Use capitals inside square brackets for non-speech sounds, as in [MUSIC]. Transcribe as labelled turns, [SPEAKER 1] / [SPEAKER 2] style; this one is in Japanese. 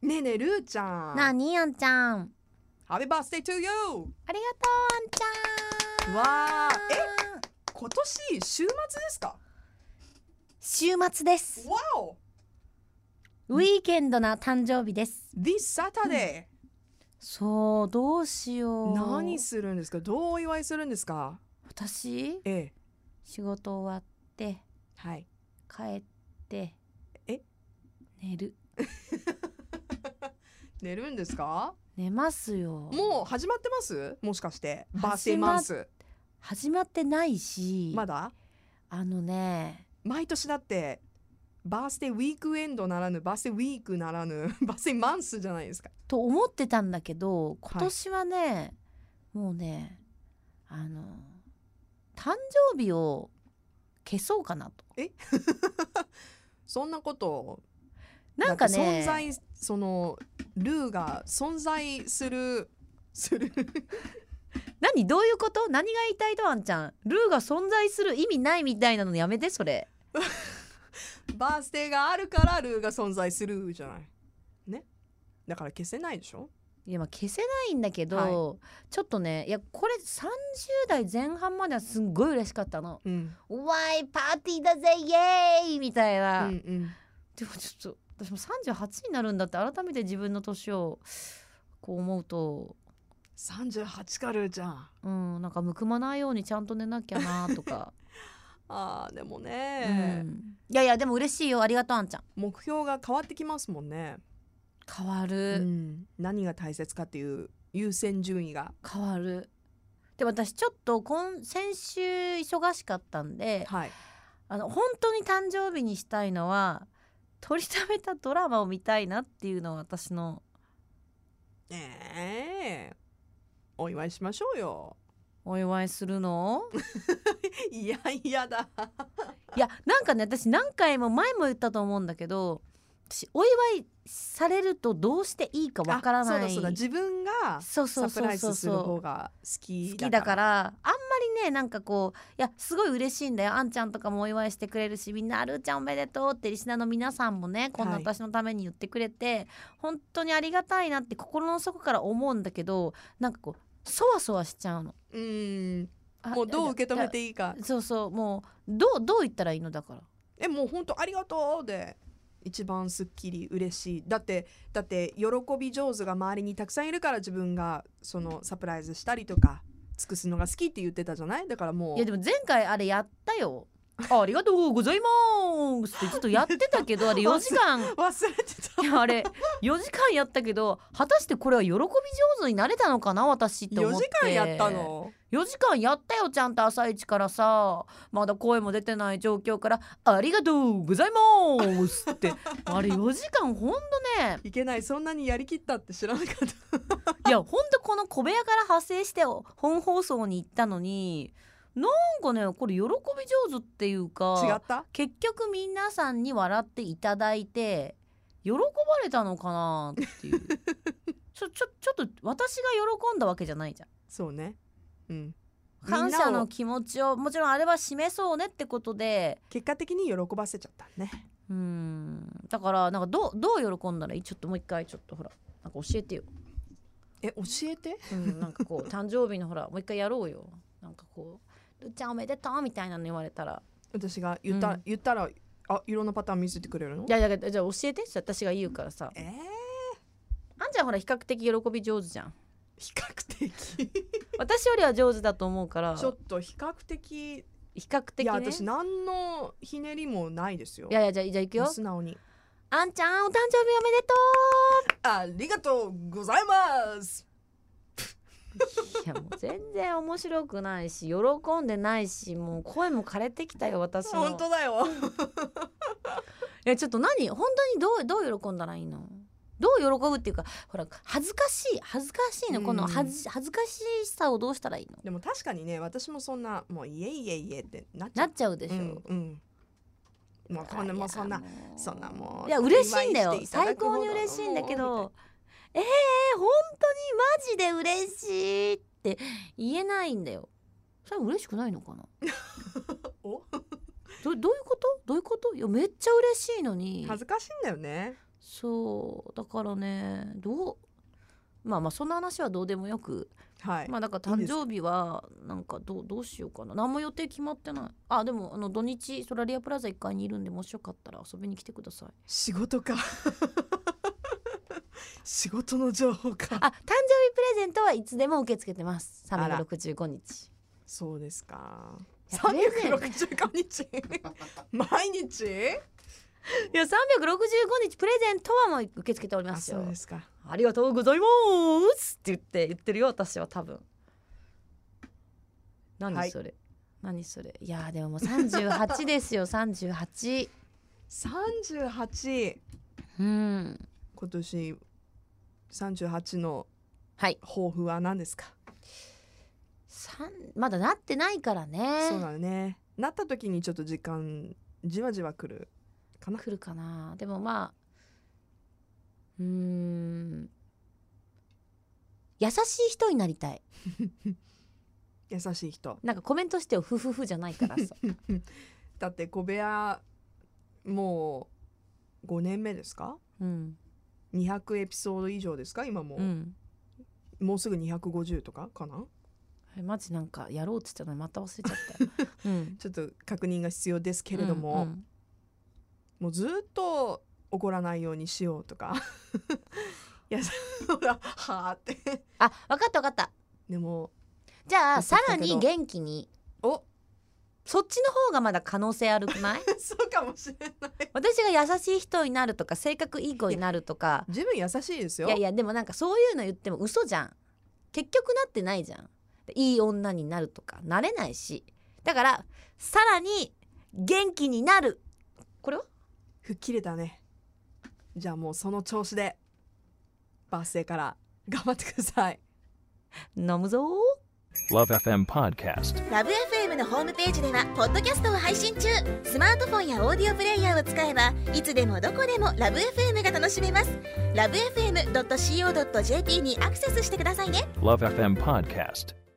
[SPEAKER 1] えねえルーちゃん
[SPEAKER 2] なあにあんちゃん
[SPEAKER 1] ハビバースデートゥーユ
[SPEAKER 2] あり
[SPEAKER 1] ー
[SPEAKER 2] がとうあんちゃん
[SPEAKER 1] わあえ
[SPEAKER 2] え
[SPEAKER 1] 今年週末ですか
[SPEAKER 2] 週末です
[SPEAKER 1] わお
[SPEAKER 2] ウィーケンドな誕生日です
[SPEAKER 1] This Saturday、
[SPEAKER 2] そうどうしよう
[SPEAKER 1] 何するんですかどうお祝いするんですか
[SPEAKER 2] 私
[SPEAKER 1] ええ
[SPEAKER 2] 仕事終わって
[SPEAKER 1] はい
[SPEAKER 2] 帰って
[SPEAKER 1] え
[SPEAKER 2] 寝る
[SPEAKER 1] 寝るんですか
[SPEAKER 2] 寝ますよ
[SPEAKER 1] もう始まってますもしかしてバースデー
[SPEAKER 2] 始まっ
[SPEAKER 1] マンス
[SPEAKER 2] 始まってないし
[SPEAKER 1] まだ
[SPEAKER 2] あのね
[SPEAKER 1] 毎年だってバースデーウィークエンドならぬバースデーウィークならぬ [LAUGHS] バースデーマンスじゃないですか
[SPEAKER 2] と思ってたんだけど今年はね、もうねあの誕生日を消そうかなと
[SPEAKER 1] そんなこと
[SPEAKER 2] なんか
[SPEAKER 1] だって
[SPEAKER 2] ね
[SPEAKER 1] 存在そのルーが存在するする
[SPEAKER 2] 何どういうこと何が言いたいとあんちゃんルーが存在する意味ないみたいなのやめてそれ
[SPEAKER 1] バースデーがあるからルーが存在するじゃないねだから消せないでしょ
[SPEAKER 2] いやまあ消せないんだけど、
[SPEAKER 1] は
[SPEAKER 2] ちょっとねいやこれ30代前半まではすんごい嬉しかったの
[SPEAKER 1] うん
[SPEAKER 2] 「わーいパーティーだぜイエーイ!」みたい
[SPEAKER 1] うん
[SPEAKER 2] な、
[SPEAKER 1] うん
[SPEAKER 2] でもちょっと私も38になるんだって改めて自分の年をこう思うと
[SPEAKER 1] 38かルーちゃん
[SPEAKER 2] うんなんかむくまないようにちゃんと寝なきゃなとか、
[SPEAKER 1] あーでも
[SPEAKER 2] [LAUGHS] う
[SPEAKER 1] ね、
[SPEAKER 2] ん、いやいやでも嬉しいよありがとうあんちゃん
[SPEAKER 1] 目標が変わってきますもんね、
[SPEAKER 2] 変わ
[SPEAKER 1] う
[SPEAKER 2] る、
[SPEAKER 1] ん、何が大切かっていう優先順位が
[SPEAKER 2] 変わるで私ちょっと今先週忙しかったんで
[SPEAKER 1] はい
[SPEAKER 2] あの本当に誕生日にしたいのは取りためたドラマを見たいなっていうのは私の
[SPEAKER 1] ええお祝いしましょうよ [LAUGHS]
[SPEAKER 2] お祝いするの
[SPEAKER 1] いやいやだ
[SPEAKER 2] いやなんかね私何回も前も言ったと思うんだけど私お祝いされるとどうしていいか [LAUGHS] わからない
[SPEAKER 1] あそうだそうだ自分が
[SPEAKER 2] そう
[SPEAKER 1] サ
[SPEAKER 2] そう
[SPEAKER 1] プ
[SPEAKER 2] そ
[SPEAKER 1] ラ
[SPEAKER 2] う
[SPEAKER 1] イ
[SPEAKER 2] そう
[SPEAKER 1] ズする
[SPEAKER 2] そう
[SPEAKER 1] 方が好き
[SPEAKER 2] 好きだから
[SPEAKER 1] ら
[SPEAKER 2] あんまりねなんかこういやすごい嬉しいんだよあんちゃんとかもお祝いしてくれるしみんな「あるーちゃんおめでとう」ってリスナーの皆さんもねこんな
[SPEAKER 1] はい
[SPEAKER 2] 私のために言ってくれて、本当にありがたいなって心の底から思うんだけどなんかこうそわそわしちゃうの。
[SPEAKER 1] うん
[SPEAKER 2] あ
[SPEAKER 1] もうどう受け止め
[SPEAKER 2] い
[SPEAKER 1] ていいか
[SPEAKER 2] やそうそうもうどうどう言ったらいいのだから
[SPEAKER 1] えもう本当ありがとうで一番すっきり嬉しいだってだって喜び上手が周りにたくさんいるから自分がそのサプライズしたりとか尽くすのが好きって言ってたじゃないだからもう
[SPEAKER 2] いやでも前回あれやったよ。あありがとうございますってちょっとやってた
[SPEAKER 1] [LAUGHS]
[SPEAKER 2] けどあれ4時間
[SPEAKER 1] 忘れてた
[SPEAKER 2] いやあれ4時間やったけど果たしてこれは喜び上手になれたのかな私って
[SPEAKER 1] 4
[SPEAKER 2] 思って
[SPEAKER 1] 時間やったの
[SPEAKER 2] 4時間やったよちゃんと朝一からさまだ声も出てない状況から「ありがとうございます」ってあれ4時間ほんとね
[SPEAKER 1] いけないそんなにやりきったって知らなかった
[SPEAKER 2] いやほんとこの小部屋から派生して本放送に行ったのになんかねこれ喜び上手っていうか
[SPEAKER 1] 違った
[SPEAKER 2] 結局皆さんに笑っていただいて喜ばれたのかなっ
[SPEAKER 1] [LAUGHS]
[SPEAKER 2] ていうちょちょちょっと私が喜んだわけじゃないじゃん
[SPEAKER 1] そうねうん
[SPEAKER 2] 感
[SPEAKER 1] み
[SPEAKER 2] 謝
[SPEAKER 1] んなを
[SPEAKER 2] の気持ちをもちろんあれは示そうねってことで
[SPEAKER 1] 結果的に喜ばせちゃったね
[SPEAKER 2] うーんだからなんかどうどう喜んだらいいちょっともう一回ちょっとほらなんか教えてよ、
[SPEAKER 1] え教えて
[SPEAKER 2] うん、なんかこ
[SPEAKER 1] [LAUGHS]
[SPEAKER 2] う誕生日のほらもう一回やろうよなんかこう「るっちゃんおめでとう」みたいなの言われたら
[SPEAKER 1] 私が言った、
[SPEAKER 2] うん
[SPEAKER 1] 言ったらあいろんなパターン見せてくれるの
[SPEAKER 2] いやいやじゃあ教えて私が言うからさ
[SPEAKER 1] えー、
[SPEAKER 2] あんちゃんほら比較的喜び上手じゃん
[SPEAKER 1] 比較的
[SPEAKER 2] 私よりは上手だと思うから
[SPEAKER 1] ちょっと比較的
[SPEAKER 2] 比較的ね
[SPEAKER 1] いや私何のひねりもないですよ
[SPEAKER 2] いやいやじゃあじゃあ行くよ
[SPEAKER 1] 素直に
[SPEAKER 2] あんちゃんお誕生日おめでと
[SPEAKER 1] ありがとうございます
[SPEAKER 2] ういやもう全然面白くないし喜んでないしもう声も枯れてきたよ私の
[SPEAKER 1] 本当だよ
[SPEAKER 2] いやちょっと何本当にどうどう喜んだらいいのどう喜ぶっていうかほら恥ずかしい恥ずかしいの、この
[SPEAKER 1] うん
[SPEAKER 2] 恥ず恥ずかしさをどうしたらいいの
[SPEAKER 1] でも確かにね私もそんなもういえいえいえってなっちゃ
[SPEAKER 2] な
[SPEAKER 1] う
[SPEAKER 2] っちゃうでしょ、
[SPEAKER 1] うん、うん、もうこんなもうそんない
[SPEAKER 2] やもう
[SPEAKER 1] そんなもう
[SPEAKER 2] いや嬉しいんだ
[SPEAKER 1] お
[SPEAKER 2] よ
[SPEAKER 1] 祝いしていただ
[SPEAKER 2] 最
[SPEAKER 1] くほど
[SPEAKER 2] 高に嬉しいんだけ
[SPEAKER 1] もう
[SPEAKER 2] どえー、本当にマジで嬉しいって言えないんだよそれは嬉しくないのかな
[SPEAKER 1] お
[SPEAKER 2] どどういうことどういうこといやめっちゃ嬉しいのに
[SPEAKER 1] 恥ずかしいんだよね
[SPEAKER 2] そうだからねどうまあまあそんな話はどうでもよく、
[SPEAKER 1] はい、
[SPEAKER 2] まあなんか誕生日はなんかどうどうしようかな何も予定決まってないあでもあの土日ソラリアプラザ1階にいるんでもしよかったら遊びに来てください
[SPEAKER 1] 仕事か [LAUGHS] 仕事の情報か
[SPEAKER 2] あ誕生日プレゼントはいつでも受け付けてます
[SPEAKER 1] あら
[SPEAKER 2] 365日
[SPEAKER 1] そうですか
[SPEAKER 2] いやプレゼン
[SPEAKER 1] 365日
[SPEAKER 2] [LAUGHS]
[SPEAKER 1] 毎日
[SPEAKER 2] いや365日プレゼントはもう受け付けておりま
[SPEAKER 1] あ
[SPEAKER 2] す
[SPEAKER 1] そう
[SPEAKER 2] よ
[SPEAKER 1] ですか
[SPEAKER 2] ありがとうございますって言って言ってるよ私は多分
[SPEAKER 1] は
[SPEAKER 2] 何
[SPEAKER 1] い
[SPEAKER 2] それ、何それいやーでももう38ですよ38
[SPEAKER 1] 38
[SPEAKER 2] うん
[SPEAKER 1] 今年38の
[SPEAKER 2] はい
[SPEAKER 1] 抱負は何ですか、
[SPEAKER 2] さんまだなってないからね
[SPEAKER 1] そうなのねなった時にちょっと時間じわじわ来るかな
[SPEAKER 2] 来るかなでもまあうーん優しい人になりたい
[SPEAKER 1] 優しい人
[SPEAKER 2] なんかコメントしてよふふふじゃないから [LAUGHS] さ
[SPEAKER 1] だって小部屋もう5年目ですか
[SPEAKER 2] うん
[SPEAKER 1] 200エピソード以上ですか今も、
[SPEAKER 2] うん
[SPEAKER 1] もうすぐ250とかかな
[SPEAKER 2] あれマジなんかやろうっつってたのにまた忘れちゃったよ、うん、
[SPEAKER 1] ちょっと確認が必要ですけれども、
[SPEAKER 2] うんうん
[SPEAKER 1] もうずっと怒らないようにしようとか [LAUGHS] いやほらはあって
[SPEAKER 2] あ分かった分かった
[SPEAKER 1] でも
[SPEAKER 2] じゃ
[SPEAKER 1] やっ
[SPEAKER 2] あ
[SPEAKER 1] てきた
[SPEAKER 2] さ
[SPEAKER 1] けど
[SPEAKER 2] らに元気に
[SPEAKER 1] お [LAUGHS]
[SPEAKER 2] そっちの方がまだ可能性あるく [LAUGHS] ない
[SPEAKER 1] そうかもしれない
[SPEAKER 2] 私が優しい人になるとか性格いい子になるとか
[SPEAKER 1] 十分優しいです
[SPEAKER 2] い
[SPEAKER 1] よ
[SPEAKER 2] やいやでもなんかそういうの言っても嘘じゃん結局なってないじゃんいい女になるとかなれないしだからさらに元気になるこれは
[SPEAKER 1] 吹っ切れたねじゃあもうその調子でバースデーから頑張ってください
[SPEAKER 2] 飲むぞー
[SPEAKER 3] Love FM Podcast.
[SPEAKER 4] ラブ f m のホームページではポッドキャストを配信中スマートフォンやオーディオプレイヤーを使えばいつでもどこでもラブ f m が楽しめますラブ FM.co.jp にアクセスしてくださいね
[SPEAKER 3] Love FM Podcast.